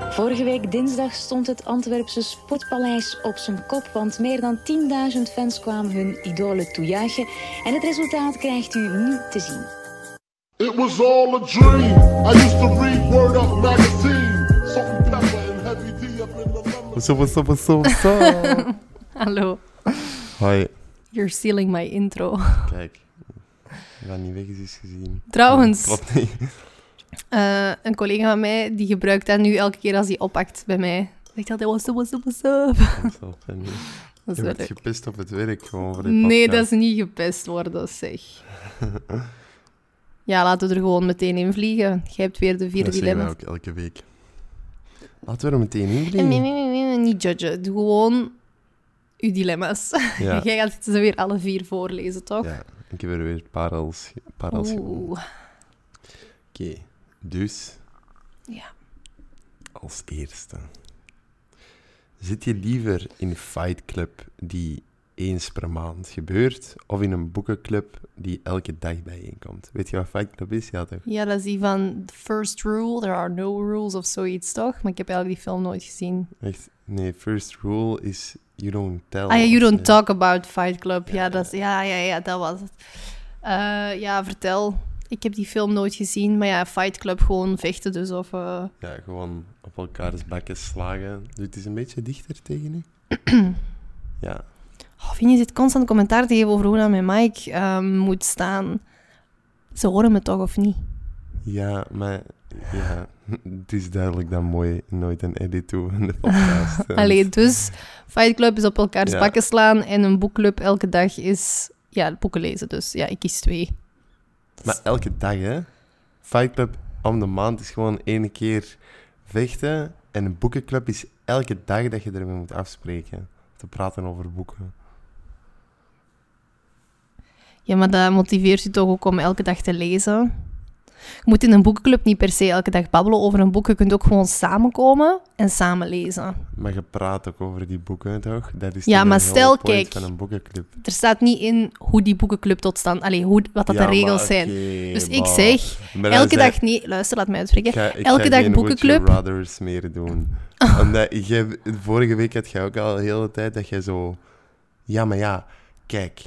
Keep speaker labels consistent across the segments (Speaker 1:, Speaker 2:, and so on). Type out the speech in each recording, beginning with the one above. Speaker 1: Vorige week dinsdag stond het Antwerpse Sportpaleis op zijn kop, want meer dan 10.000 fans kwamen hun idolen toejuichen. En het resultaat krijgt u nu te zien.
Speaker 2: It was all a dream. I used to read Word Up magazine. Salt and pepper and heavy D up in the lemon.
Speaker 3: What's up, what's up, what's up, what's up?
Speaker 4: Hallo,
Speaker 3: Hoi.
Speaker 4: you're stealing my intro.
Speaker 3: Kijk. Ik had niet weg eens is gezien.
Speaker 4: Trouwens.
Speaker 3: Klopt niet.
Speaker 4: Eh, een collega van mij die gebruikt dat nu elke keer als hij oppakt bij mij. Zegt altijd, what's up, what's up, what's up.
Speaker 3: Dat is wel funny.
Speaker 4: Dat
Speaker 3: Je
Speaker 4: is wel
Speaker 3: wordt
Speaker 4: leuk.
Speaker 3: gepist op het werk gewoon voor dit
Speaker 4: Nee, dat
Speaker 3: podcast.
Speaker 4: is niet gepest worden, zeg. Ja, laten we er gewoon meteen in vliegen. Jij hebt weer de vier
Speaker 3: Dat zeggen wij
Speaker 4: dilemma's.
Speaker 3: ook elke week. Laten we er meteen in
Speaker 4: Nee, nee,
Speaker 3: vliegen.
Speaker 4: nee, nee, nee, niet judgen. Doe gewoon uw dilemma's.
Speaker 3: Ja.
Speaker 4: Jij gaat ze weer alle vier voorlezen, toch?
Speaker 3: ja, ik heb er weer parels, parels gewonnen.
Speaker 4: Oeh.
Speaker 3: Oké, dus
Speaker 4: Ja.
Speaker 3: als eerste. Zit je liever in een fightclub die eens per maand gebeurt, of in een boekenclub die elke dag bijeenkomt? Weet je wat fightclub is? Ja, toch?
Speaker 4: ja, dat is die van The First Rule, There Are No Rules of zoiets, toch? Maar ik heb eigenlijk die film nooit gezien.
Speaker 3: Echt? Nee, first rule is you don't tell.
Speaker 4: Ah ja, You
Speaker 3: of
Speaker 4: Don't
Speaker 3: zo.
Speaker 4: Talk About Fight Club.
Speaker 3: Ja,
Speaker 4: Ja, dat, is- ja, ja, ja, dat was het. Eh, ja, vertel. Ik heb die film nooit gezien, maar ja, Fight Club gewoon vechten dus. Of, eh,
Speaker 3: Ja, gewoon op elkaars bakken slagen. Dus het is een beetje dichter tegen u. ja.
Speaker 4: Oh, Vinnie zit constant commentaar te geven over hoe dat mijn mic ehm, moet staan. Ze horen me toch, of niet?
Speaker 3: Ja, maar ja, het is duidelijk dat mooi nooit een edit toe in de podcast. eh.
Speaker 4: Allee, dus Fight Club is op elkaars
Speaker 3: Ja.
Speaker 4: bakken slaan en een boekclub elke dag is... Ja, boeken lezen dus. Ja, ik kies twee.
Speaker 3: Maar elke dag, hè? Fight Club om de maand is gewoon één keer vechten. En een boekenclub is elke dag dat je ermee moet afspreken. Te praten over boeken.
Speaker 4: Ja, maar dat motiveert je toch ook om elke dag te lezen. Je moet in een boekenclub niet per se elke dag babbelen over een boek. Je kunt ook gewoon samenkomen en samen lezen.
Speaker 3: Maar je praat ook over die boeken, toch? Dat is
Speaker 4: Ja,
Speaker 3: toch
Speaker 4: maar
Speaker 3: de whole
Speaker 4: stel,
Speaker 3: point
Speaker 4: kijk,
Speaker 3: van een boekenclub.
Speaker 4: Er staat niet in hoe die boekenclub tot stand... Allee, hoe, wat dat
Speaker 3: Ja,
Speaker 4: de
Speaker 3: maar
Speaker 4: regels zijn.
Speaker 3: oké,
Speaker 4: Dus ik
Speaker 3: maar-
Speaker 4: zeg,
Speaker 3: maar dan
Speaker 4: elke
Speaker 3: zei-
Speaker 4: dag... Nee, luister, laat mij uitspreken.
Speaker 3: Ik ga- ik
Speaker 4: elke
Speaker 3: ga
Speaker 4: dag
Speaker 3: geen
Speaker 4: boekenclub. Oh.
Speaker 3: Would you rathers meer doen. Omdat jij, vorige week had jij ook al de hele tijd dat jij zo... Ja, maar ja, kijk,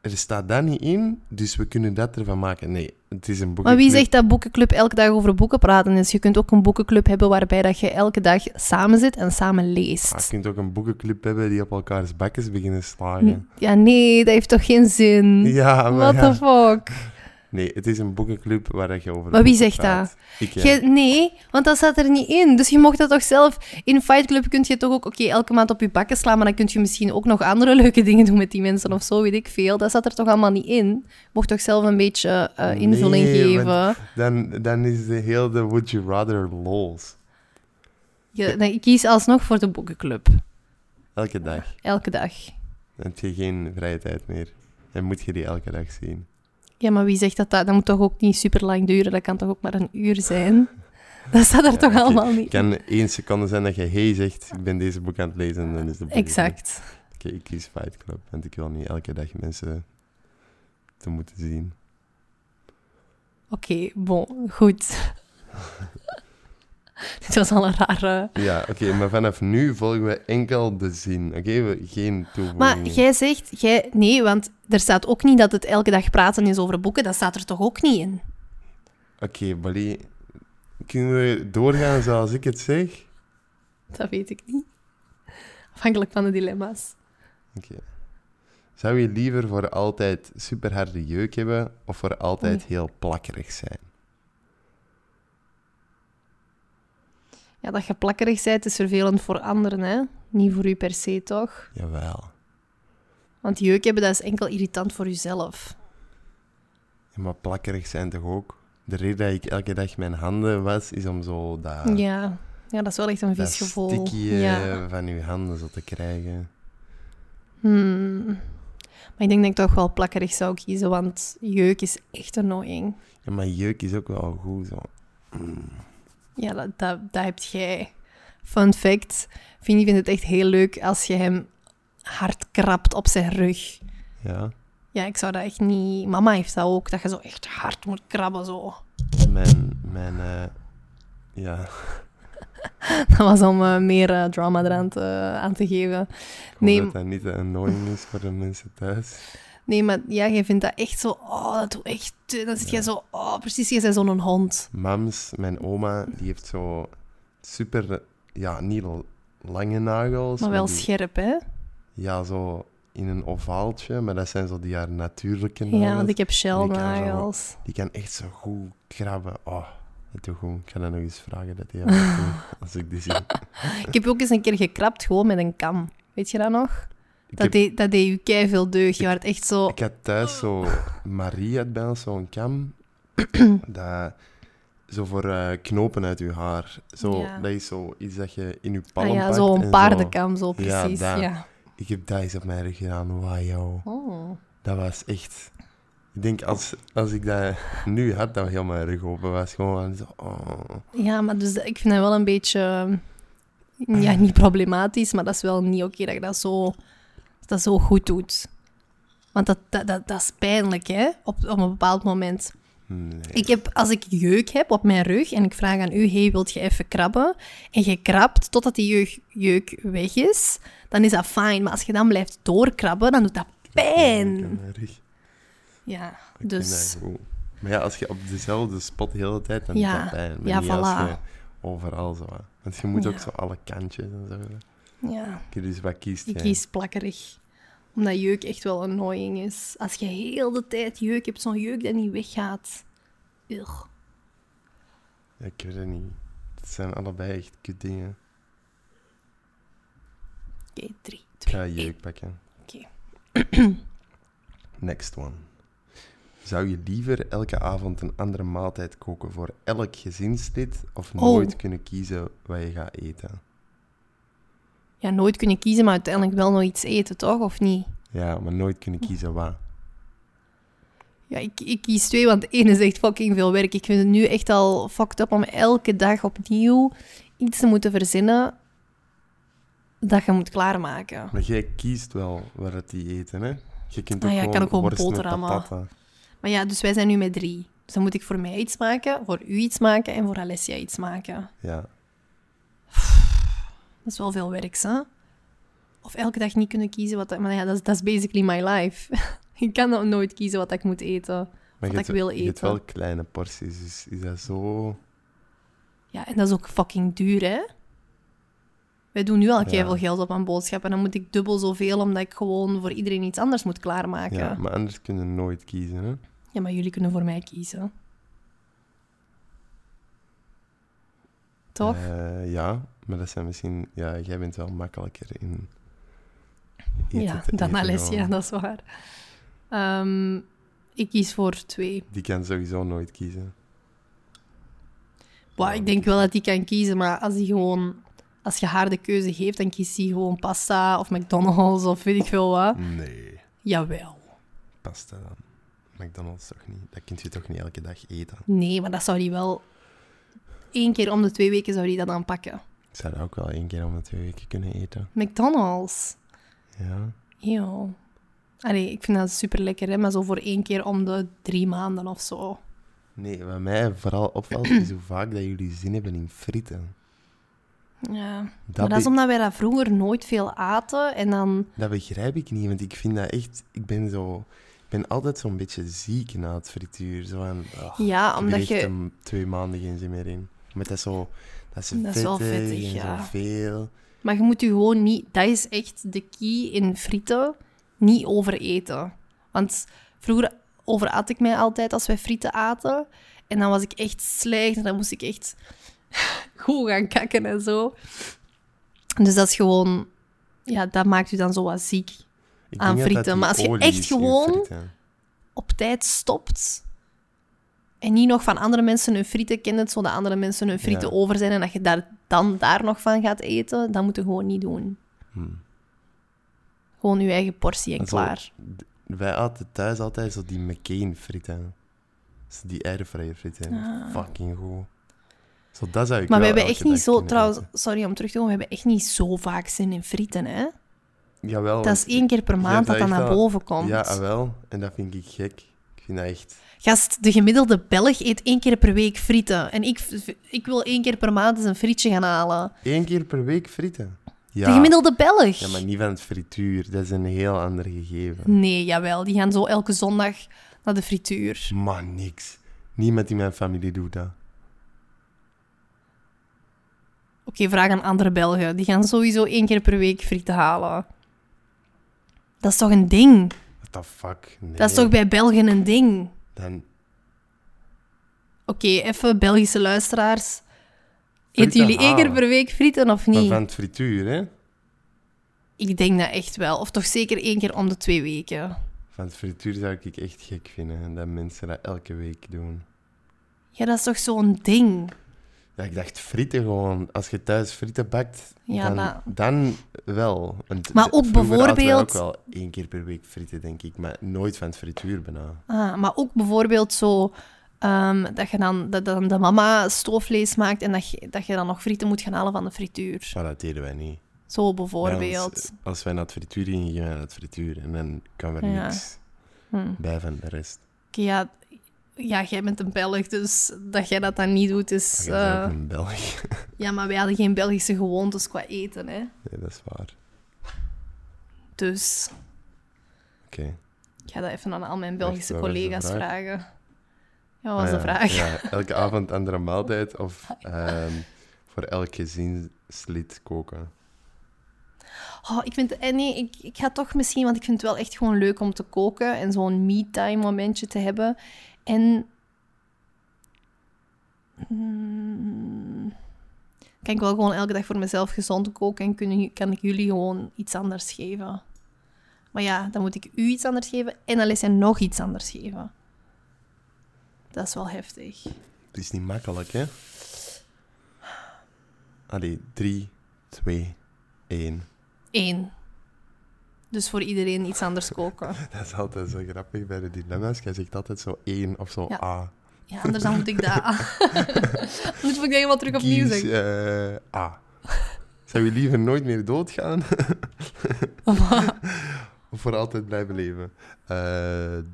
Speaker 3: er staat dat niet in, dus we kunnen dat ervan maken. Nee, het is een boekenclub.
Speaker 4: Maar wie zegt dat boekenclub elke dag over boeken praten is? Je kunt ook een boekenclub hebben waarbij dat je elke dag samen zit en samen leest.
Speaker 3: Ah, je kunt ook een boekenclub hebben die op elkaars bakjes beginnen slagen.
Speaker 4: Ja, nee, dat heeft toch geen zin?
Speaker 3: Ja, maar
Speaker 4: What
Speaker 3: ja.
Speaker 4: the fuck?
Speaker 3: Nee, het is een boekenclub waar je over
Speaker 4: Maar wie
Speaker 3: boeken
Speaker 4: zegt dat?
Speaker 3: praat. Ik, ja.
Speaker 4: Jij- nee, want dat staat er niet in. Dus je mocht dat toch zelf... In Fight Club kun je toch ook, oké, elke maand op je bakken slaan, maar dan kun je misschien ook nog andere leuke dingen doen met die mensen of zo, weet ik veel. Dat staat er toch allemaal niet in? Je mocht toch zelf een beetje eh, invulling
Speaker 3: Nee,
Speaker 4: geven?
Speaker 3: want Dan, dan is de heel de would you rather los.
Speaker 4: Je, nee, ik kies alsnog voor de boekenclub.
Speaker 3: Elke dag.
Speaker 4: Elke dag.
Speaker 3: Dan heb je geen vrije tijd meer. En moet je die elke dag zien.
Speaker 4: Ja, maar wie zegt dat dat... Dat moet toch ook niet super lang duren? Dat kan toch ook maar een uur zijn? Dat staat er toch
Speaker 3: Oké,
Speaker 4: allemaal niet in?
Speaker 3: Het kan één seconde zijn dat je hey zegt, ik ben deze boek aan het lezen en dan is de boek.
Speaker 4: Exact.
Speaker 3: Oké, ik kies Fight Club, want ik wil niet elke dag mensen te moeten zien.
Speaker 4: Oké, bon, goed. Dit was al een rare...
Speaker 3: Ja, oké, maar vanaf nu volgen we enkel de zin, oké? We- Geen toevoegingen.
Speaker 4: Maar jij zegt, jij, nee, want er staat ook niet dat het elke dag praten is over boeken. Dat staat er toch ook niet in?
Speaker 3: Oké, Bali, kunnen we doorgaan zoals ik het zeg?
Speaker 4: Dat weet ik niet. Afhankelijk van de dilemma's.
Speaker 3: Oké. Zou je liever voor altijd superharde jeuk hebben of voor altijd
Speaker 4: Oei.
Speaker 3: heel plakkerig zijn?
Speaker 4: Ja, dat je plakkerig bent is vervelend voor anderen, hè? Niet voor u per se, toch?
Speaker 3: Jawel.
Speaker 4: Want jeuk hebben, dat is enkel irritant voor uzelf.
Speaker 3: Ja, maar plakkerig zijn toch ook? De reden dat ik elke dag mijn handen was, is om zo dat,
Speaker 4: Ja. ja, dat is wel echt een
Speaker 3: Ah. dat
Speaker 4: vies gevoel.
Speaker 3: stikkie, eh,
Speaker 4: Ja.
Speaker 3: van uw handen zo te krijgen.
Speaker 4: Hmm. Maar ik denk dat ik toch wel plakkerig zou kiezen, want jeuk is echt annoying.
Speaker 3: Ja, maar jeuk is ook wel goed zo.
Speaker 4: Ja, dat, dat, dat heb jij. Fun fact, Vinnie vindt het echt heel leuk als je hem hard krapt op zijn rug.
Speaker 3: Ja.
Speaker 4: Ja, ik zou dat echt niet... Mama heeft dat ook, dat je zo echt hard moet krabben, zo.
Speaker 3: Mijn, mijn eh, ja.
Speaker 4: Dat was om eh, meer eh, drama eraan te, eh, aan te geven.
Speaker 3: Ik hoop
Speaker 4: Nee.
Speaker 3: dat dat niet te annoying is voor de mensen thuis.
Speaker 4: Nee, maar ja, jij vindt dat echt zo... Oh, dat doet echt... te- Dan zit jij zo... Oh, precies, jij bent zo'n hond.
Speaker 3: Mams, mijn oma, die heeft zo super, ja, niet l- lange nagels.
Speaker 4: Maar wel
Speaker 3: die-
Speaker 4: scherp, hè?
Speaker 3: Ja, zo in een ovaaltje, maar dat zijn zo die haar natuurlijke nagels.
Speaker 4: Ja, want ik heb
Speaker 3: shelnagels.
Speaker 4: shellnagels.
Speaker 3: Die kan echt zo goed krabben. Oh, dat doe goed. Ik ga dat nog eens vragen dat hij dat doet, als ik die zie.
Speaker 4: Ik heb ook eens een keer gekrapt, gewoon met een kam. Weet je dat nog?
Speaker 3: Ik,
Speaker 4: Dat,
Speaker 3: heb-
Speaker 4: deed, dat deed je kei veel deugd. Je werd echt zo...
Speaker 3: ik had thuis zo... Marie had bij ons zo'n kam. dat, zo voor eh, knopen uit je haar. Zo,
Speaker 4: Ja.
Speaker 3: Dat is zo iets dat je in je
Speaker 4: Ah
Speaker 3: palm
Speaker 4: ja,
Speaker 3: pakt en
Speaker 4: zo'n
Speaker 3: zo.
Speaker 4: paardenkam, zo
Speaker 3: Ja,
Speaker 4: precies. Ja,
Speaker 3: dat. Ik heb dat eens op mijn rug gedaan. Wauw.
Speaker 4: Oh.
Speaker 3: Dat was echt... Ik denk, als, als ik dat nu had, dan heel mijn rug open was. Gewoon zo... Oh.
Speaker 4: ja maar dus, dat- ik vind dat wel een beetje... eh, Ja, niet problematisch, maar dat is wel niet oké dat je dat zo, dat dat zo goed doet. Want dat, dat, dat, dat is pijnlijk, hè? Op, op een bepaald moment.
Speaker 3: Nee.
Speaker 4: Ik heb, als ik jeuk heb op mijn rug en ik vraag aan u, hey, wilt je even krabben? En je krabt totdat die jeuk, jeuk weg is, dan is dat fijn. Maar als je dan blijft doorkrabben, dan doet dat
Speaker 3: Ik heb
Speaker 4: pijn.
Speaker 3: mijn rug.
Speaker 4: Ja,
Speaker 3: Ik vind
Speaker 4: dus...
Speaker 3: dat goed. Maar ja, als je op dezelfde spot de hele tijd, dan
Speaker 4: Ja,
Speaker 3: doet dat pijn. Maar
Speaker 4: ja,
Speaker 3: niet als
Speaker 4: voilà.
Speaker 3: je overal zo... aan- Want je moet ook
Speaker 4: Ja.
Speaker 3: zo alle kantjes en zo.
Speaker 4: Ja,
Speaker 3: Oké, Dus wat kiest
Speaker 4: ik
Speaker 3: jij?
Speaker 4: kies plakkerig. Omdat jeuk echt wel annoying is. Als je heel de tijd jeuk hebt, zo'n jeuk dat niet weggaat. Ugh.
Speaker 3: Ja, ik weet het niet. Het zijn allebei echt kut dingen.
Speaker 4: Oké, drie,
Speaker 3: Ik
Speaker 4: twee,
Speaker 3: ga
Speaker 4: één.
Speaker 3: jeuk pakken.
Speaker 4: Oké.
Speaker 3: Next one. Zou je liever elke avond een andere maaltijd koken voor elk gezinslid of
Speaker 4: Oh.
Speaker 3: nooit kunnen kiezen wat je gaat eten?
Speaker 4: Ja, nooit kunnen kiezen, maar uiteindelijk wel nog iets eten, toch? Of niet?
Speaker 3: Ja, maar nooit kunnen kiezen wat.
Speaker 4: Ja, ik, ik kies twee, want één is echt fucking veel werk. Ik vind het nu echt al fucked up om elke dag opnieuw iets te moeten verzinnen dat je moet klaarmaken.
Speaker 3: Maar jij kiest wel waar het die eten, hè? Je kunt ook
Speaker 4: Ah ja,
Speaker 3: gewoon
Speaker 4: ik kan ook gewoon
Speaker 3: worst met
Speaker 4: boterhammen.
Speaker 3: patata.
Speaker 4: Maar ja, dus wij zijn nu met drie. Dus dan moet ik voor mij iets maken, voor u iets maken en voor Alessia iets maken.
Speaker 3: Ja.
Speaker 4: Dat is wel veel werks, hè? Of elke dag niet kunnen kiezen wat... dat- Maar ja, dat is, dat is basically my life. ik kan dan nooit kiezen wat ik moet eten.
Speaker 3: Maar
Speaker 4: Wat
Speaker 3: je hebt-
Speaker 4: ik wil
Speaker 3: Je hebt
Speaker 4: eten.
Speaker 3: wel kleine porties, dus is dat zo...
Speaker 4: Ja, en dat is ook fucking duur, hè? Wij doen nu al
Speaker 3: Ja.
Speaker 4: keihard veel geld op aan boodschappen. En dan moet ik dubbel zoveel, omdat ik gewoon voor iedereen iets anders moet klaarmaken.
Speaker 3: Ja, maar anders kunnen we nooit kiezen, hè?
Speaker 4: Ja, maar jullie kunnen voor mij kiezen. Toch?
Speaker 3: Eh, ja, maar dat zijn misschien... Ja, jij bent wel makkelijker in... eten
Speaker 4: ja,
Speaker 3: te
Speaker 4: dan
Speaker 3: eten
Speaker 4: Alessia,
Speaker 3: gewoon.
Speaker 4: dat is waar. Ehm, ik kies voor twee.
Speaker 3: Die kan sowieso nooit kiezen.
Speaker 4: Wow, ik denk wel dat die kan kiezen, maar als die gewoon... Als je haar de keuze geeft, dan kiest hij gewoon pasta of McDonald's of weet ik veel wat.
Speaker 3: Nee.
Speaker 4: Jawel.
Speaker 3: Pasta dan. McDonald's toch niet? Dat kunt je toch niet elke dag eten?
Speaker 4: Nee, maar dat zou die wel... Eén keer om de twee weken zou die dat aanpakken.
Speaker 3: Ik zou dat ook wel één keer om de twee weken kunnen eten.
Speaker 4: McDonald's.
Speaker 3: Ja.
Speaker 4: Yo. Allee, ik vind dat super lekker, hè? maar zo voor één keer om de drie maanden of zo.
Speaker 3: Nee, wat mij vooral opvalt is hoe vaak dat jullie zin hebben in frieten.
Speaker 4: Ja. maar
Speaker 3: Dat,
Speaker 4: dat is
Speaker 3: be-
Speaker 4: omdat wij dat vroeger nooit veel aten en dan...
Speaker 3: dat begrijp ik niet, want ik vind dat echt... Ik ben zo... Ik ben altijd zo'n beetje ziek na het frituur. Zo aan, ah,
Speaker 4: Ja,
Speaker 3: ik heb er
Speaker 4: omdat
Speaker 3: echt
Speaker 4: je...
Speaker 3: een- twee maanden geen zin meer in. Maar dat is zo... Dat is,
Speaker 4: Dat is wel vettig,
Speaker 3: en
Speaker 4: ja.
Speaker 3: zoveel.
Speaker 4: Maar je moet je gewoon niet... Dat is echt de key in frieten. Niet overeten. Want vroeger overaat ik mij altijd als wij frieten aten. En dan was ik echt slecht. En dan moest ik echt goed gaan kakken en zo. Dus dat is gewoon... Ja, dat maakt u dan zo wat ziek.
Speaker 3: Ik
Speaker 4: Aan
Speaker 3: denk dat dat
Speaker 4: frieten,
Speaker 3: die
Speaker 4: maar als je
Speaker 3: olie
Speaker 4: echt
Speaker 3: is in
Speaker 4: gewoon-
Speaker 3: frieten.
Speaker 4: Op tijd stopt. En niet nog van andere mensen hun frieten kennen, zodat andere mensen hun frieten
Speaker 3: Ja.
Speaker 4: over zijn. En dat je daar, dan daar nog van gaat eten, dat moet je gewoon niet doen.
Speaker 3: Hmm.
Speaker 4: Gewoon je eigen portie en
Speaker 3: En zo-
Speaker 4: klaar.
Speaker 3: d- Wij aten thuis altijd zo die McCain frieten. Zo die airfryer frieten. Fucking goed. Zo, dat zou ik
Speaker 4: Ah. Maar we
Speaker 3: wel
Speaker 4: hebben
Speaker 3: elke
Speaker 4: echt niet
Speaker 3: dag
Speaker 4: zo,
Speaker 3: kunnen
Speaker 4: trouwens,
Speaker 3: eten.
Speaker 4: sorry om terug te komen, we hebben echt niet zo vaak zin in frieten, hè?
Speaker 3: Jawel.
Speaker 4: Dat is één keer per
Speaker 3: Ja,
Speaker 4: maand dat dat
Speaker 3: Oh, echt
Speaker 4: naar
Speaker 3: wel-
Speaker 4: boven komt.
Speaker 3: Ja, ah, wel. En dat vind ik gek. Ik vind dat echt...
Speaker 4: Gast, de gemiddelde Belg eet één keer per week frieten. En ik, ik wil één keer per maand eens een frietje gaan halen.
Speaker 3: Eén keer per week frieten. Ja.
Speaker 4: De gemiddelde Belg.
Speaker 3: Ja, maar niet van het frituur. Dat is een heel ander gegeven.
Speaker 4: Nee, jawel. Die gaan zo elke zondag naar de frituur.
Speaker 3: Maar niks. Niemand in mijn familie doet dat.
Speaker 4: Oké, vraag aan andere Belgen. Die gaan sowieso één keer per week frieten halen. Dat is toch een ding?
Speaker 3: What the fuck? Nee.
Speaker 4: Dat is toch bij Belgen een ding?
Speaker 3: Dan...
Speaker 4: Oké, even Belgische luisteraars.
Speaker 3: Frieten
Speaker 4: Eten jullie één keer
Speaker 3: halen.
Speaker 4: per week frieten of
Speaker 3: Maar
Speaker 4: niet?
Speaker 3: van het frituur, hè?
Speaker 4: Ik denk dat echt wel. Of toch zeker één keer om de twee weken.
Speaker 3: Van het frituur zou ik echt gek vinden. Dat mensen dat elke week doen.
Speaker 4: Ja, dat is toch zo'n ding?
Speaker 3: Ja, ik dacht frieten gewoon. Als je thuis frieten bakt,
Speaker 4: Ja,
Speaker 3: dan,
Speaker 4: maar-
Speaker 3: dan wel. Want
Speaker 4: Maar
Speaker 3: de-
Speaker 4: ook
Speaker 3: vroeger aten wij
Speaker 4: bijvoorbeeld-
Speaker 3: ook wel één keer per week frieten, denk ik. Maar nooit van het frituur bijna.
Speaker 4: Ah, maar ook bijvoorbeeld zo ehm, dat je dan dat, dan de mama stoofvlees maakt en dat je, dat je dan nog frieten moet gaan halen van de frituur.
Speaker 3: Maar dat deden wij niet.
Speaker 4: Zo
Speaker 3: Bij ons,
Speaker 4: bijvoorbeeld.
Speaker 3: eh, als wij naar het frituur gingen, gingen wij naar het frituur. En dan kwam er
Speaker 4: Ja.
Speaker 3: niks
Speaker 4: Hm.
Speaker 3: bij van de rest.
Speaker 4: Oké, Ja, ja, jij bent een Belg, dus dat jij dat dan niet doet is...
Speaker 3: Maar Ah, jij bent
Speaker 4: eh,
Speaker 3: ook een Belg.
Speaker 4: ja, maar wij hadden geen Belgische gewoontes qua eten, hè.
Speaker 3: Nee, dat is waar.
Speaker 4: Dus
Speaker 3: Oké.
Speaker 4: ik ga dat even aan al mijn Belgische
Speaker 3: wat was de
Speaker 4: collega's
Speaker 3: vraag?
Speaker 4: vragen. Ja, wat was
Speaker 3: Ah,
Speaker 4: de vraag?
Speaker 3: ja, elke avond andere maaltijd of ehm, voor elk gezinslid koken.
Speaker 4: Oh, ik vind, eh, nee, ik, ik ga toch misschien, want ik vind het wel echt gewoon leuk om te koken en zo'n me-time momentje te hebben. En. Mm, kan ik wel gewoon elke dag voor mezelf gezond koken en kunnen, kan ik jullie gewoon iets anders geven. Maar ja, dan moet ik u iets anders geven en Alessia nog iets anders geven. Dat is wel heftig.
Speaker 3: Het is niet makkelijk, hè? Allee, 3, 2, 1.
Speaker 4: Eén. Dus voor iedereen iets anders koken.
Speaker 3: Dat is altijd zo grappig bij de dilemma's. Jij zegt altijd zo 1 of zo
Speaker 4: Ja.
Speaker 3: A.
Speaker 4: Ja, anders dan moet ik dat... anders moet ik dat helemaal terug opnieuw
Speaker 3: Kies
Speaker 4: zeggen.
Speaker 3: eh, A. Zou je liever nooit meer doodgaan? of voor altijd blijven leven? Eh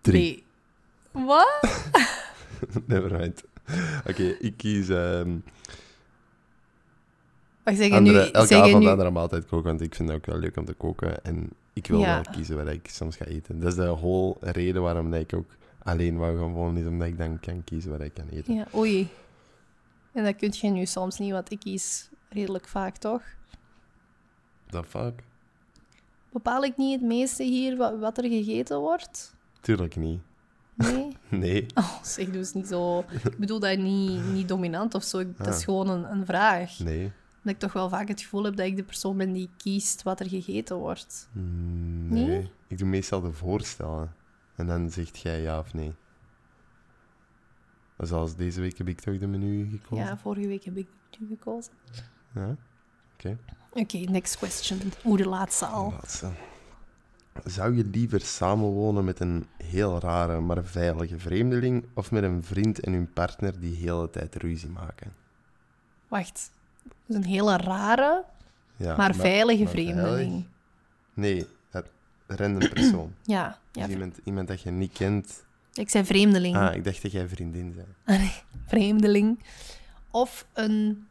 Speaker 3: 3.
Speaker 4: Nee. Wat?
Speaker 3: Nevermind. Oké, ik kies... ehm,
Speaker 4: Wacht, zeg je nu...
Speaker 3: andere, elke
Speaker 4: zeg je
Speaker 3: avond
Speaker 4: nu...
Speaker 3: andere maaltijd koken, want ik vind het ook wel leuk om te koken. En ik wil
Speaker 4: Ja.
Speaker 3: wel kiezen wat ik soms ga eten. Dat is de whole reden waarom dat ik ook alleen wou gaan wonen, is omdat ik dan kan kiezen wat ik kan eten.
Speaker 4: Ja, oei. En dat kun je nu soms niet, want ik kies redelijk vaak, toch?
Speaker 3: The fuck?
Speaker 4: Bepaal ik niet het meeste hier wat, wat er gegeten wordt?
Speaker 3: Tuurlijk niet.
Speaker 4: Nee?
Speaker 3: Nee.
Speaker 4: Oh, zeg, doe eens niet zo... Ik bedoel dat niet, niet dominant of zo. Ik- Dat is gewoon een, een vraag.
Speaker 3: Ah. Nee.
Speaker 4: Dat ik toch wel vaak het gevoel heb dat ik de persoon ben die kiest wat er gegeten wordt.
Speaker 3: Mm,
Speaker 4: Nee?
Speaker 3: Nee. Ik doe meestal de voorstellen. En dan zegt jij ja of nee. Zoals deze week heb ik toch de menu gekozen.
Speaker 4: Ja, vorige week heb ik nu gekozen.
Speaker 3: Ja? Oké.
Speaker 4: Oké, next question. Oeh, de laatste al.
Speaker 3: Laatste. eh, Zou je liever samenwonen met een heel rare, maar veilige vreemdeling of met een vriend en hun partner die de hele tijd ruzie maken?
Speaker 4: Wacht. Dat is een hele rare,
Speaker 3: Ja,
Speaker 4: maar, veilige
Speaker 3: maar veilig?
Speaker 4: vreemdeling.
Speaker 3: Nee, dat- random persoon.
Speaker 4: Ja, ja.
Speaker 3: Dus iemand, iemand dat je niet kent.
Speaker 4: ik zei vreemdeling.
Speaker 3: Ah, ik dacht dat jij vriendin bent.
Speaker 4: Vreemdeling. Of een...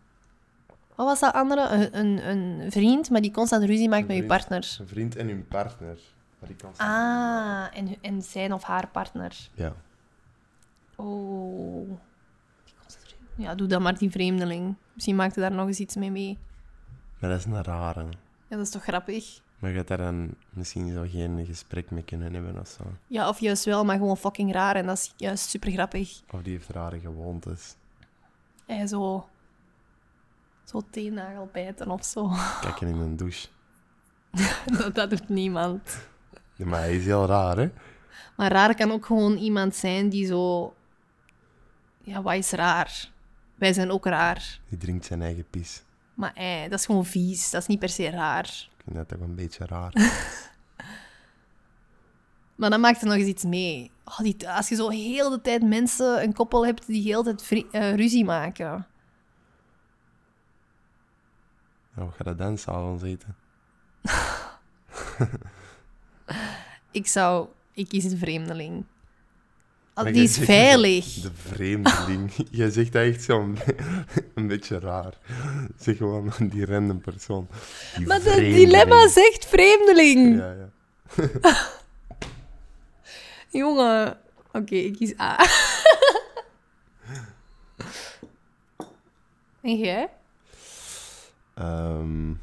Speaker 4: Wat was dat andere? Een, een, een vriend, maar die constant ruzie maakt met je
Speaker 3: vriend.
Speaker 4: partner.
Speaker 3: Een vriend en hun partner. Maar die kan
Speaker 4: Ah, en, en zijn of haar partner.
Speaker 3: Ja.
Speaker 4: Oh. Die constant ruzie- Ja, doe dan maar die vreemdeling. Misschien maakt hij daar nog eens iets mee mee.
Speaker 3: Maar dat is een rare.
Speaker 4: Ja, dat is toch grappig?
Speaker 3: Maar je gaat daar dan misschien zo geen gesprek mee kunnen hebben of zo.
Speaker 4: Ja, of juist wel, maar gewoon fucking raar. En dat is juist super grappig.
Speaker 3: Of die heeft rare gewoontes.
Speaker 4: Hij zo... Zo teennagel bijten of zo.
Speaker 3: Kijken in een douche.
Speaker 4: dat, dat doet niemand.
Speaker 3: Ja, maar hij is heel raar, hè?
Speaker 4: Maar raar kan ook gewoon iemand zijn die zo... Ja, wat is raar? Wij zijn ook raar.
Speaker 3: Die drinkt zijn eigen pis.
Speaker 4: Maar eh, dat is gewoon vies. Dat is niet per se raar.
Speaker 3: Ik vind dat toch een beetje raar.
Speaker 4: Maar dan maakt er nog eens iets mee. Oh, die, als je zo heel de tijd mensen, een koppel hebt die heel de tijd vri- eh, ruzie maken.
Speaker 3: Ja, wat gaat dat dan s'avonds eten?
Speaker 4: Ik zou... Ik kies de vreemdeling. Ah,
Speaker 3: Maar
Speaker 4: Die
Speaker 3: jij
Speaker 4: is
Speaker 3: zegt
Speaker 4: veilig.
Speaker 3: De vreemdeling. Jij zegt dat echt zo'n een beetje raar. Zeg gewoon die random persoon. Die
Speaker 4: Maar dat
Speaker 3: vreemdeling.
Speaker 4: dilemma zegt vreemdeling.
Speaker 3: Ja, ja.
Speaker 4: Jongen. Oké, ik kies A. en jij?
Speaker 3: Ehm.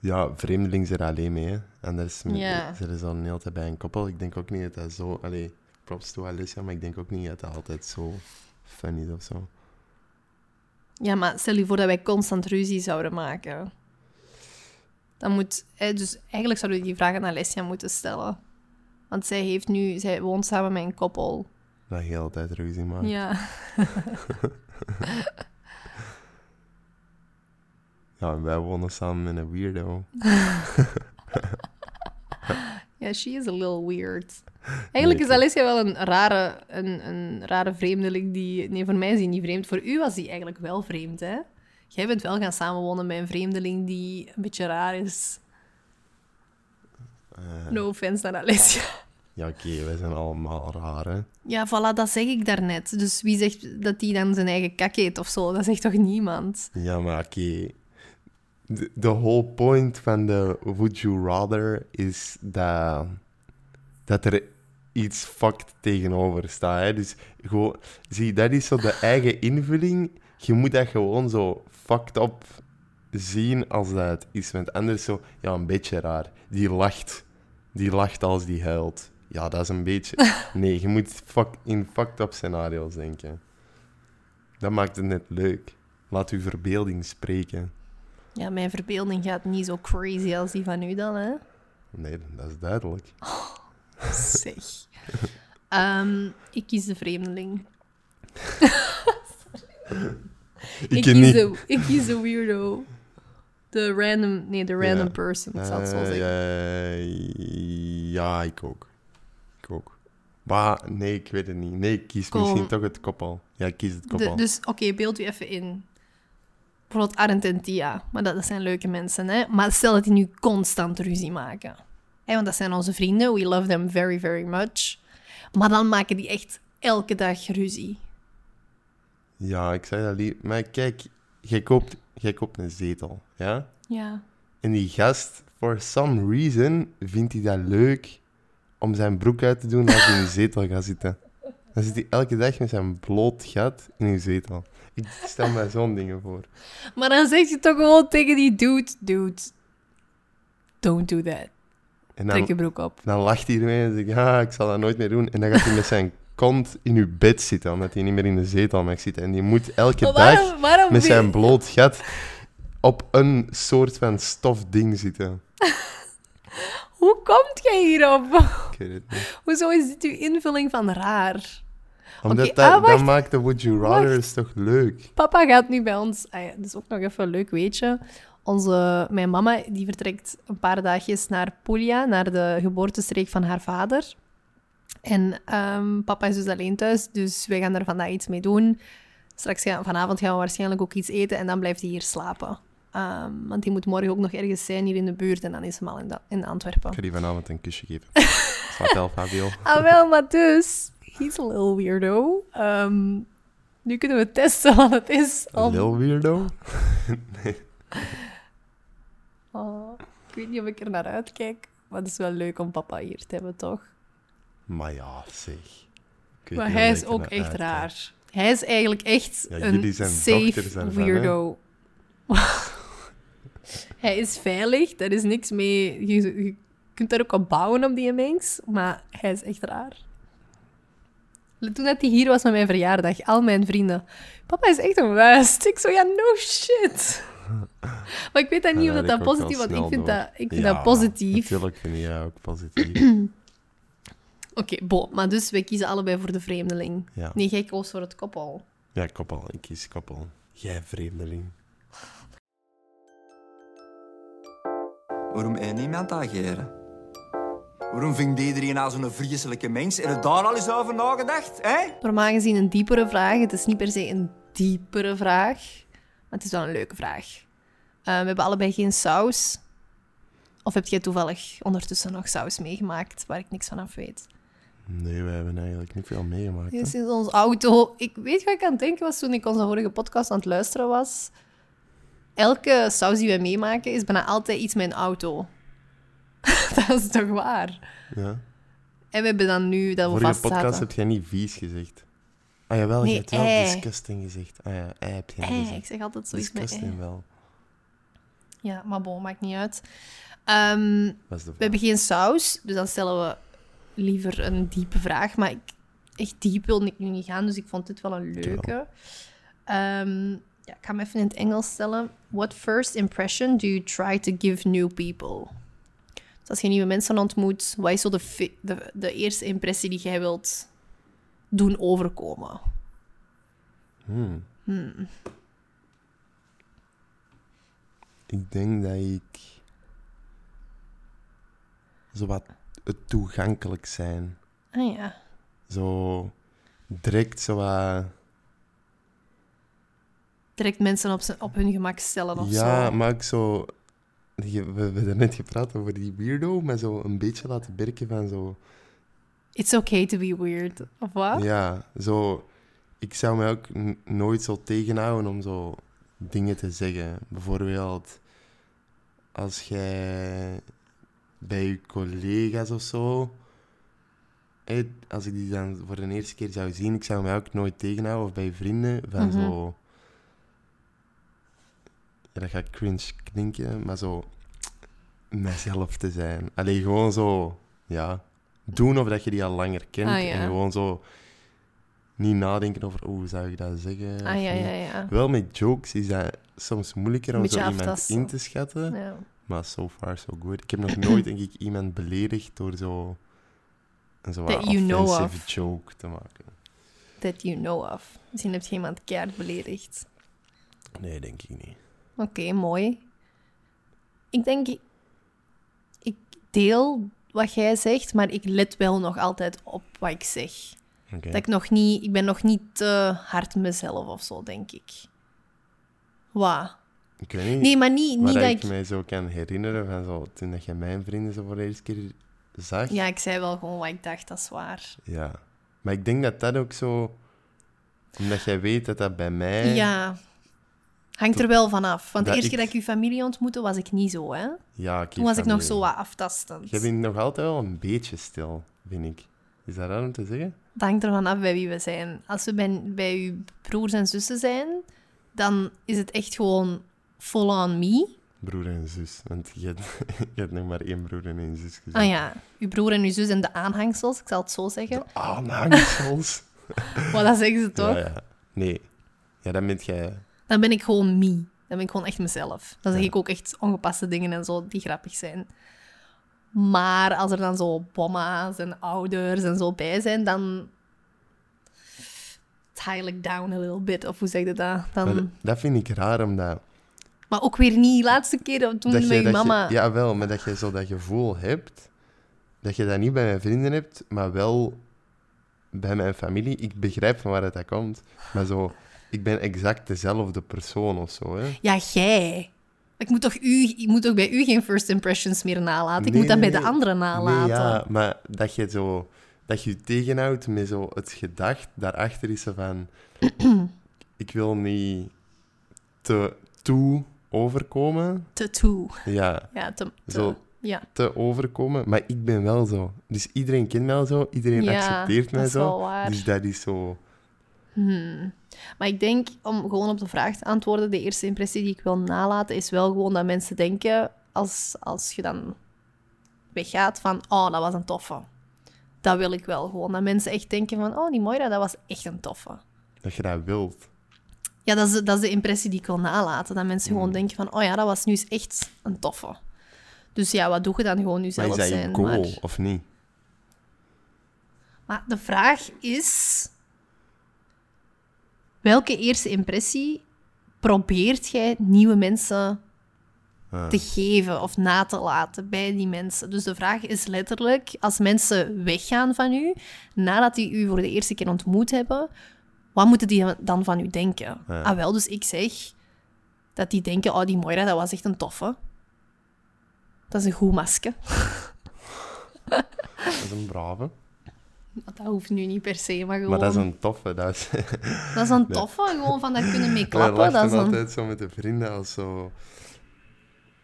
Speaker 3: Ja, vreemdeling zit er alleen mee. Hè. Anders
Speaker 4: Ja.
Speaker 3: ja. zit er zo'n hele tijd bij een koppel. Ik denk ook niet dat dat zo... Allee, props to Alicia, maar ik denk ook niet dat dat altijd zo fun is of zo.
Speaker 4: Ja, maar stel je voor dat wij constant ruzie zouden maken. Dan moet... eh, Dus eigenlijk zouden we die vraag aan Alessia moeten stellen. Want zij heeft nu... Zij woont samen met een koppel.
Speaker 3: Dat je altijd ruzie maakt.
Speaker 4: Ja.
Speaker 3: Ja, en wij wonen samen met een weirdo.
Speaker 4: Ja, she is a little weird. Eigenlijk is Alessia wel een rare, een, een rare vreemdeling die... Nee, voor mij is die niet vreemd. Voor u was die eigenlijk wel vreemd, hè? Jij bent wel gaan samenwonen met een vreemdeling die een beetje raar is.
Speaker 3: Eh,
Speaker 4: No offense naar Alessia.
Speaker 3: Ja, oké, wij zijn allemaal raar, hè.
Speaker 4: Ja, voilà, dat zeg ik daarnet. Dus wie zegt dat die dan zijn eigen kak eet of zo? Dat zegt toch niemand?
Speaker 3: Ja, maar oké. De- De whole point van de Would You Rather is dat, dat er iets fucked tegenover staat. Hè? Dus gewoon, zie, dat is zo de eigen invulling. Je moet dat gewoon zo fucked up zien als dat het is. Want anders zo, ja, een beetje raar. Die lacht. Die lacht als die huilt. Ja, dat is een beetje... Nee, je moet fuck, in fucked up scenario's denken. Dat maakt het net leuk. Laat uw verbeelding spreken.
Speaker 4: Ja, mijn verbeelding gaat niet zo crazy als die van u dan, hè?
Speaker 3: Nee, dat is duidelijk.
Speaker 4: Zeg. Ehm, ik kies de vreemdeling.
Speaker 3: Ik,
Speaker 4: kies,
Speaker 3: ken niet.
Speaker 4: De, ik kies de weirdo. De random... Nee, de random
Speaker 3: Ja.
Speaker 4: person, ik zal het zo
Speaker 3: Eh,
Speaker 4: zeggen.
Speaker 3: eh, ja, ik ook. Ik ook. Maar nee, ik weet het niet. Nee, ik kies
Speaker 4: Kom.
Speaker 3: misschien toch het koppel. Ja, ik kies het
Speaker 4: De-
Speaker 3: koppel.
Speaker 4: dus, oké, beeld u even in. Bijvoorbeeld Arend en Tia. Maar dat, dat zijn leuke mensen, hè? Maar stel dat die nu constant ruzie maken. Hè, want dat zijn onze vrienden. We love them very, very much. Maar dan maken die echt elke dag ruzie.
Speaker 3: Ja, ik zei dat lief. Maar kijk, jij koopt, jij koopt een zetel, ja?
Speaker 4: Ja.
Speaker 3: En die gast, for some reason, vindt hij dat leuk om zijn broek uit te doen als hij in de zetel gaat zitten. Dan zit hij elke dag met zijn bloot gat in uw zetel. Ik stel mij zo'n dingen voor.
Speaker 4: Maar dan zegt je toch gewoon tegen die dude... Dude, don't do that.
Speaker 3: En
Speaker 4: Trek je
Speaker 3: dan,
Speaker 4: broek op.
Speaker 3: dan lacht hij ermee en zegt, ja, ik zal dat nooit meer doen. En dan gaat hij met zijn kont in uw bed zitten, omdat hij niet meer in de zetel mag zitten. En die moet elke
Speaker 4: Maar
Speaker 3: dag
Speaker 4: Oh, waarom, waarom
Speaker 3: met
Speaker 4: wil-
Speaker 3: zijn bloot gat op een soort van stofding zitten.
Speaker 4: Hoe komt jij hierop?
Speaker 3: Ik weet het niet.
Speaker 4: Hoezo is dit uw invulling van raar?
Speaker 3: Omdat
Speaker 4: ah,
Speaker 3: dat, dat
Speaker 4: wacht.
Speaker 3: maakt de Would You Rather
Speaker 4: Wacht.
Speaker 3: is toch leuk?
Speaker 4: Papa gaat nu bij ons. Ah ja, dat is ook nog even een leuk weetje. Onze, mijn mama die vertrekt een paar dagjes naar Puglia, naar de geboortestreek van haar vader. En ehm, papa is dus alleen thuis, dus wij gaan er vandaag iets mee doen. Straks gaan, vanavond gaan we waarschijnlijk ook iets eten en dan blijft hij hier slapen. Ehm, want die moet morgen ook nog ergens zijn hier in de buurt en dan is hem al in, Da- in Antwerpen.
Speaker 3: Ik ga die vanavond een kusje geven. Slaap wel, Fabio.
Speaker 4: Ah wel, maar dus, he's a little weirdo. Ehm, nu kunnen we testen wat het is.
Speaker 3: Een lil weirdo?
Speaker 4: Oh, ik weet niet of ik er naar uitkijk, maar het is wel leuk om papa hier te hebben, toch?
Speaker 3: Maar ja, zeg. Ik weet
Speaker 4: maar
Speaker 3: niet
Speaker 4: hij
Speaker 3: of
Speaker 4: is
Speaker 3: ik er
Speaker 4: ook
Speaker 3: naar
Speaker 4: echt
Speaker 3: uitkijk.
Speaker 4: raar. Hij is eigenlijk echt
Speaker 3: Ja, jullie
Speaker 4: een
Speaker 3: zijn
Speaker 4: safe
Speaker 3: dokters daarvan, hè?
Speaker 4: weirdo. hij is veilig, daar is niks mee. Je, je kunt daar ook op bouwen op die mens, maar hij is echt raar. Toen dat hij hier was met mijn verjaardag, al mijn vrienden. Papa is echt een wuist. Ik zo, ja, no shit. Maar ik weet dat
Speaker 3: Ja,
Speaker 4: niet of
Speaker 3: had
Speaker 4: dat,
Speaker 3: ik
Speaker 4: dat
Speaker 3: ook wel
Speaker 4: positief want Ik
Speaker 3: snel
Speaker 4: vind,
Speaker 3: door.
Speaker 4: dat, ik vind
Speaker 3: Ja,
Speaker 4: dat positief.
Speaker 3: Natuurlijk vind ik jou ook positief.
Speaker 4: Oké, bon. Maar dus, wij kiezen allebei voor de vreemdeling.
Speaker 3: Ja.
Speaker 4: Nee, jij koos voor het koppel.
Speaker 3: ja, koppel. Ik kies koppel. Jij vreemdeling.
Speaker 5: Waarom hij niet meer aan het ageren? Waarom vindt iedereen aan zo'n vreselijke mens? En het daar al eens over nagedacht, hè?
Speaker 4: Normaal gezien een diepere vraag. Het is niet per se een diepere vraag, maar het is wel een leuke vraag. Eh, we hebben allebei geen saus. Of heb jij toevallig ondertussen nog saus meegemaakt waar ik niks van af weet?
Speaker 3: Nee, we hebben eigenlijk niet veel meegemaakt. hè.
Speaker 4: Dit is ons auto. Ik weet wat ik aan het denken was toen ik onze vorige podcast aan het luisteren was. Elke saus die we meemaken is bijna altijd iets met een auto. dat is toch waar?
Speaker 3: Ja.
Speaker 4: En we hebben dan nu dat we
Speaker 3: Vorige
Speaker 4: vast
Speaker 3: podcast
Speaker 4: zaten.
Speaker 3: heb jij niet vies gezegd. Ah jawel,
Speaker 4: Nee,
Speaker 3: je hebt wel
Speaker 4: ei.
Speaker 3: disgusting gezegd. Ah ja, ei heb je niet
Speaker 4: Eh, ik
Speaker 3: gezegd.
Speaker 4: zeg altijd zoiets met...
Speaker 3: Disgusting
Speaker 4: eh.
Speaker 3: wel.
Speaker 4: Ja, maar bon, maakt niet uit. Ehm,
Speaker 3: Was de
Speaker 4: we hebben geen saus, dus dan stellen we liever een diepe vraag. Maar ik, echt diep wilde ik nu niet gaan, dus ik vond dit wel een leuke. Ehm, ja, ik ga hem even in het Engels stellen. What first impression do you try to give new people? Dus als je nieuwe mensen ontmoet, wat is zo de, fi- de, de eerste impressie die jij wilt doen overkomen?
Speaker 3: Ik denk dat ik. Zo wat het toegankelijk zijn.
Speaker 4: Ah ja.
Speaker 3: Zo direct zo wat.
Speaker 4: Direct mensen op, zijn- op hun gemak stellen of
Speaker 3: ja,
Speaker 4: zo.
Speaker 3: maar ik zo. je- We we hebben net gepraat over die weirdo, maar zo een beetje laten birken van zo.
Speaker 4: It's okay to be weird. Of wat?
Speaker 3: Ja, zo. Ik zou mij ook n- nooit zo tegenhouden om zo dingen te zeggen. Bijvoorbeeld, als jij bij je collega's of zo. hè, als ik die dan voor de eerste keer zou zien, ik zou mij ook nooit tegenhouden. Of bij je vrienden, van
Speaker 4: Mhm.
Speaker 3: zo. Ja, dat gaat cringe klinken, maar zo. mezelf te zijn. Alleen gewoon zo. Ja. Doen of dat je die al langer kent.
Speaker 4: Ah, ja.
Speaker 3: En gewoon zo. Niet nadenken over oh, hoe zou ik dat zeggen. of
Speaker 4: ah ja,
Speaker 3: niet.
Speaker 4: ja, ja.
Speaker 3: Wel met jokes is dat soms moeilijker om
Speaker 4: Beetje
Speaker 3: zo iemand
Speaker 4: aftasten.
Speaker 3: in te schatten.
Speaker 4: ja.
Speaker 3: Maar so far so good. Ik heb nog nooit denk ik iemand beledigd door zo een zo
Speaker 4: That you know
Speaker 3: offensive
Speaker 4: of.
Speaker 3: joke te maken.
Speaker 4: that you know of. Misschien heb je iemand keihard beledigd.
Speaker 3: Nee, denk ik niet.
Speaker 4: Oké, mooi. Ik denk, ik deel wat jij zegt, maar ik let wel nog altijd op wat ik zeg.
Speaker 3: Oké.
Speaker 4: Dat ik nog niet, ik ben nog niet te hard mezelf of zo, denk ik. Wat?
Speaker 3: Ik weet niet.
Speaker 4: Nee, maar niet,
Speaker 3: maar
Speaker 4: niet dat
Speaker 3: ik
Speaker 4: ik...
Speaker 3: mij zo kan herinneren van zo, toen dat je mijn vrienden zo voor de eerste keer zag.
Speaker 4: Ja, ik zei wel gewoon wat ik dacht, dat is waar.
Speaker 3: Ja. Maar ik denk dat dat ook zo... Omdat jij weet dat dat bij mij...
Speaker 4: Ja. Hangt er wel van af. Want de
Speaker 3: dat
Speaker 4: eerste
Speaker 3: ik-
Speaker 4: keer dat ik je familie ontmoette, was ik niet zo, hè.
Speaker 3: Ja, oké,
Speaker 4: Toen was ik nog
Speaker 3: familie.
Speaker 4: zo wat aftastend.
Speaker 3: Jij bent nog altijd wel een beetje stil, vind ik. Is dat raar om te zeggen?
Speaker 4: Dat hangt ervan af bij wie we zijn. Als we bij, bij uw broers en zussen zijn, dan is het echt gewoon full on me.
Speaker 3: Broer en zus. Want je hebt, je hebt nog maar één broer en één zus gezien.
Speaker 4: Ah ja, uw broer en uw zus en de aanhangsels, ik zal het zo zeggen.
Speaker 3: Aanhangsels.
Speaker 4: Maar dat zeggen ze toch?
Speaker 3: Ah, Ja, ja. Nee. Ja, dan bent jij...
Speaker 4: Dan ben ik gewoon me. Dan ben ik gewoon echt mezelf. Dan zeg ik ook echt ongepaste dingen en zo die grappig zijn. Maar als er dan zo bomma's en ouders en zo bij zijn, dan tile ik down a little bit. Of hoe zeg je dat? Dan...
Speaker 3: Maar dat vind ik raar, omdat...
Speaker 4: Maar ook weer niet. Laatste keer toen
Speaker 3: dat
Speaker 4: met je
Speaker 3: dat
Speaker 4: mama.
Speaker 3: Je, jawel, maar dat je zo dat gevoel hebt... Dat je dat niet bij mijn vrienden hebt, maar wel bij mijn familie. Ik begrijp van waar dat, dat komt. Maar zo... Ik ben exact dezelfde persoon of zo, hè.
Speaker 4: Ja, jij. Ik moet, toch u, ik moet toch bij u geen first impressions meer nalaten? Ik
Speaker 3: Nee,
Speaker 4: moet dat
Speaker 3: nee,
Speaker 4: bij de
Speaker 3: nee.
Speaker 4: anderen nalaten.
Speaker 3: Nee, ja, maar dat je zo... Dat je je tegenhoudt met zo het gedacht daarachter is zo van... ik wil niet te toe overkomen.
Speaker 4: Te toe.
Speaker 3: Ja,
Speaker 4: Ja, te, te-
Speaker 3: Zo.
Speaker 4: Ja,
Speaker 3: te overkomen. Maar ik ben wel zo. Dus iedereen kent mij al zo. Iedereen
Speaker 4: Ja,
Speaker 3: accepteert mij
Speaker 4: dat is
Speaker 3: zo.
Speaker 4: wel waar.
Speaker 3: Dus dat is zo...
Speaker 4: maar ik denk, om gewoon op de vraag te antwoorden, de eerste impressie die ik wil nalaten is wel gewoon dat mensen denken, als, als je dan weggaat, van oh, dat was een toffe. Dat wil ik wel gewoon. Dat mensen echt denken van, oh, die Moira, dat was echt een toffe.
Speaker 3: Dat je dat wilt.
Speaker 4: Ja, dat is, de- dat is de impressie die ik wil nalaten. Dat mensen
Speaker 3: Hmm.
Speaker 4: gewoon denken van, oh ja, dat was nu eens echt een toffe. Dus ja, wat doe je dan gewoon
Speaker 3: Maar
Speaker 4: jezelf
Speaker 3: is dat
Speaker 4: zijn?
Speaker 3: je goal
Speaker 4: Maar,
Speaker 3: of niet?
Speaker 4: maar de vraag is... Welke eerste impressie probeert jij nieuwe mensen
Speaker 3: Ah.
Speaker 4: te geven of na te laten bij die mensen? Dus de vraag is letterlijk, als mensen weggaan van u, nadat die u voor de eerste keer ontmoet hebben, wat moeten die dan van u denken? Ah wel, dus ik zeg dat die denken, oh die Moira, dat was echt een toffe. Dat is een goed masker.
Speaker 3: Dat is een brave.
Speaker 4: Dat hoeft nu niet per se, maar gewoon...
Speaker 3: Maar dat is een toffe. Dat is,
Speaker 4: dat is een toffe, gewoon van daar kunnen mee
Speaker 3: Wij
Speaker 4: klappen. Dat
Speaker 3: lachten
Speaker 4: is een...
Speaker 3: altijd zo met de vrienden als zo...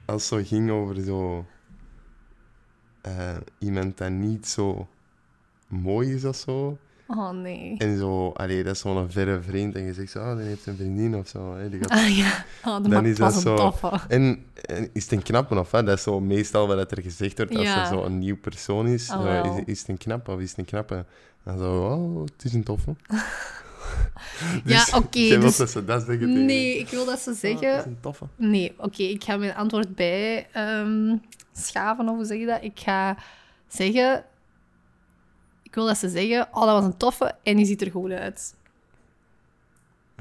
Speaker 3: Als zo ging over zo... eh, iemand dat niet zo mooi is of zo.
Speaker 4: Oh nee.
Speaker 3: En zo, allee, dat is zo'n verre vriend. En je zegt zo, oh, die heeft een vriendin of zo. Hè, die gaat
Speaker 4: Ah ja, oh, dat
Speaker 3: dan
Speaker 4: maakt
Speaker 3: is
Speaker 4: pas
Speaker 3: dat
Speaker 4: een
Speaker 3: zo.
Speaker 4: toffe.
Speaker 3: En, en is het een knappe of wat? Dat is zo meestal wat er gezegd wordt als
Speaker 4: Ja.
Speaker 3: er zo een nieuw persoon is.
Speaker 4: Ah,
Speaker 3: Zo,
Speaker 4: wel.
Speaker 3: is, is het een knappe of is het een knappe? Dan zo, oh, het is een toffe.
Speaker 4: Ja, oké,
Speaker 3: jij wilt
Speaker 4: dus-
Speaker 3: dat ze dat zeggen tegen
Speaker 4: Nee, ik wil dat ze
Speaker 3: je. Oh, het is
Speaker 4: zeggen...
Speaker 3: een toffe.
Speaker 4: Nee, oké, ik ga mijn antwoord bij ehm, schaven, of hoe zeg je dat? Ik ga zeggen... Ik wil dat ze zeggen, oh, dat was een toffe en die ziet er goed uit.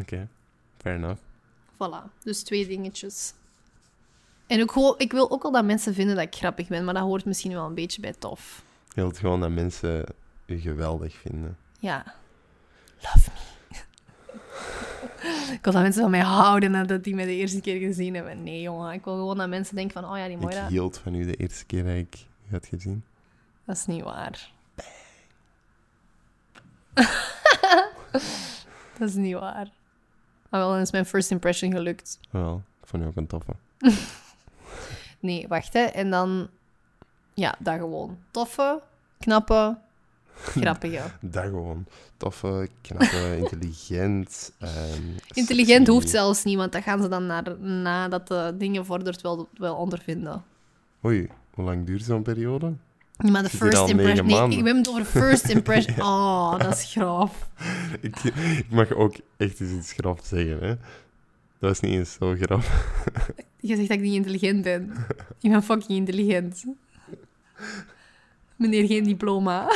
Speaker 3: Oké, fair enough.
Speaker 4: Voilà, dus twee dingetjes. En ook gewoon, ik wil ook al dat mensen vinden dat ik grappig ben, maar dat hoort misschien wel een beetje bij tof.
Speaker 3: Je wilt gewoon dat mensen je geweldig vinden.
Speaker 4: Ja. Love me. ik wil dat mensen van mij houden nadat die mij de eerste keer gezien hebben. Nee, jongen. Ik wil gewoon dat mensen denken van, oh ja, die
Speaker 3: ik
Speaker 4: Moira,
Speaker 3: hield van u de eerste keer dat ik je had gezien.
Speaker 4: dat is niet waar. dat is niet waar. Maar wel, dan is mijn first impression gelukt.
Speaker 3: Wel, ik vond je ook een toffe.
Speaker 4: Nee, wacht, hè. En dan... Ja, dat gewoon. Toffe, knappe, grappige.
Speaker 3: Dat gewoon. Toffe, knappe, intelligent. ehm,
Speaker 4: Intelligent
Speaker 3: sexy.
Speaker 4: hoeft zelfs niet, want dat gaan ze dan naar, nadat de dingen vordert wel, wel ondervinden.
Speaker 3: Oei, hoe lang duurt zo'n periode?
Speaker 4: Nee, Maar de
Speaker 3: Zit hier al
Speaker 4: first
Speaker 3: negen
Speaker 4: impression... Nee,
Speaker 3: maanden.
Speaker 4: ik ben het over first impression... Oh, dat is graaf.
Speaker 3: Ik, ik mag ook echt eens iets graf zeggen, hè. Dat is niet eens zo graf.
Speaker 4: Je zegt dat ik niet intelligent ben. Ik ben fucking intelligent. Meneer, geen diploma.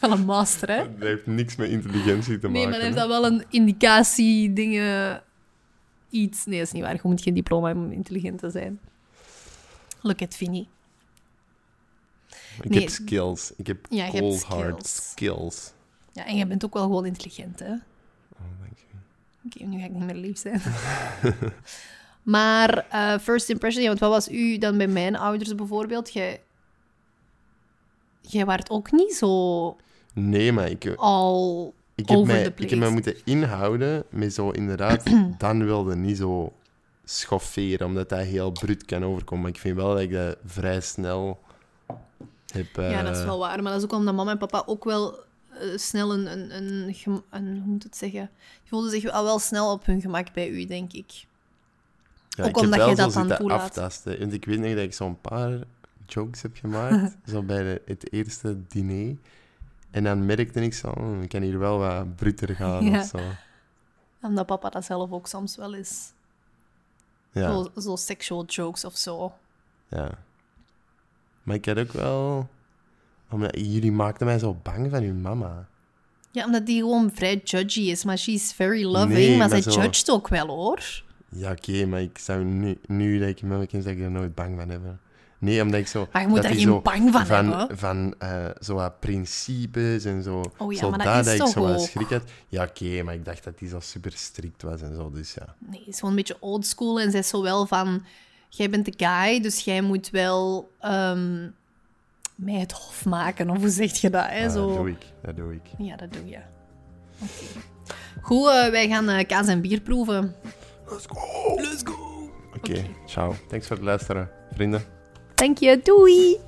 Speaker 4: Wel een master, hè?
Speaker 3: Dat heeft niks met intelligentie te maken.
Speaker 4: Nee, maar dan heeft
Speaker 3: hè.
Speaker 4: dat wel een indicatie, dingen, iets. Nee, dat is niet waar. Je moet geen diploma hebben om intelligent te zijn. Look at Vinnie.
Speaker 3: Ik
Speaker 4: nee.
Speaker 3: heb skills. Ik heb
Speaker 4: Ja, je hebt
Speaker 3: cold hard
Speaker 4: skills.
Speaker 3: skills.
Speaker 4: Ja, en jij bent ook wel gewoon intelligent, hè?
Speaker 3: Oh, dank je.
Speaker 4: Oké, nu ga ik niet meer lief zijn. maar eh, first impression, ja, want wat was u dan bij mijn ouders bijvoorbeeld? Jij, jij waart ook niet zo
Speaker 3: Nee, maar ik,
Speaker 4: al
Speaker 3: ik, heb
Speaker 4: over
Speaker 3: mij,
Speaker 4: the
Speaker 3: ik
Speaker 4: place.
Speaker 3: heb mij moeten inhouden met zo inderdaad... dan wilde niet zo schofferen, omdat dat heel bruut kan overkomen. Maar ik vind wel dat ik dat vrij snel heb...
Speaker 4: Ja, dat is
Speaker 3: eh,
Speaker 4: wel waar. Maar dat is ook omdat mama en papa ook wel eh, snel een, een, een, gem- een... Hoe moet het zeggen? Die voelden zich al wel snel op hun gemak bij u, denk ik.
Speaker 3: Ja,
Speaker 4: Ook
Speaker 3: ik heb
Speaker 4: omdat
Speaker 3: wel
Speaker 4: jij
Speaker 3: zo
Speaker 4: dat dan
Speaker 3: zitten
Speaker 4: toelaat.
Speaker 3: aftasten. Want ik weet nog dat ik zo'n paar jokes heb gemaakt, zo bij de- het eerste diner. En dan merkte ik zo, "Oh, ik kan hier wel wat bruter gaan
Speaker 4: Ja.
Speaker 3: of zo.
Speaker 4: Omdat papa dat zelf ook soms wel is.
Speaker 3: Ja,
Speaker 4: Zo, zo sexual jokes of zo.
Speaker 3: ja. Maar ik had ook wel... Omdat, jullie maakten mij zo bang van uw mama.
Speaker 4: Ja, omdat die gewoon vrij judgy is. Maar she's very loving.
Speaker 3: Nee,
Speaker 4: maar
Speaker 3: maar
Speaker 4: zij
Speaker 3: zo-
Speaker 4: judgt ook wel, hoor.
Speaker 3: Ja, oké, maar ik zou nu, nu dat ik in mijn kind zou ik er nooit bang van hebben. Nee, omdat ik zo...
Speaker 4: Maar je moet
Speaker 3: dat
Speaker 4: daar
Speaker 3: die
Speaker 4: geen
Speaker 3: zo
Speaker 4: bang van
Speaker 3: van
Speaker 4: hebben.
Speaker 3: Van eh, zo wat principes en zo.
Speaker 4: Oh ja,
Speaker 3: zo
Speaker 4: maar dat
Speaker 3: daar
Speaker 4: is
Speaker 3: ik
Speaker 4: toch
Speaker 3: zo wat
Speaker 4: ook?
Speaker 3: schrik had. Ja, oké, maar ik dacht dat die zo super strikt was en zo, dus ja.
Speaker 4: Nee, is gewoon een beetje oldschool. En zij is zo wel van... Jij bent de guy, dus jij moet wel... ehm, mij het hof maken, of hoe zeg je dat? Hè?
Speaker 3: Ja,
Speaker 4: zo...
Speaker 3: Eh, Dat doe ik, dat doe ik.
Speaker 4: Ja, dat doe je. Goed, eh, wij gaan eh, kaas en bier proeven.
Speaker 3: Let's go! Let's go! Oké, ciao. Thanks voor het luisteren, vrienden.
Speaker 4: Dank je, doei!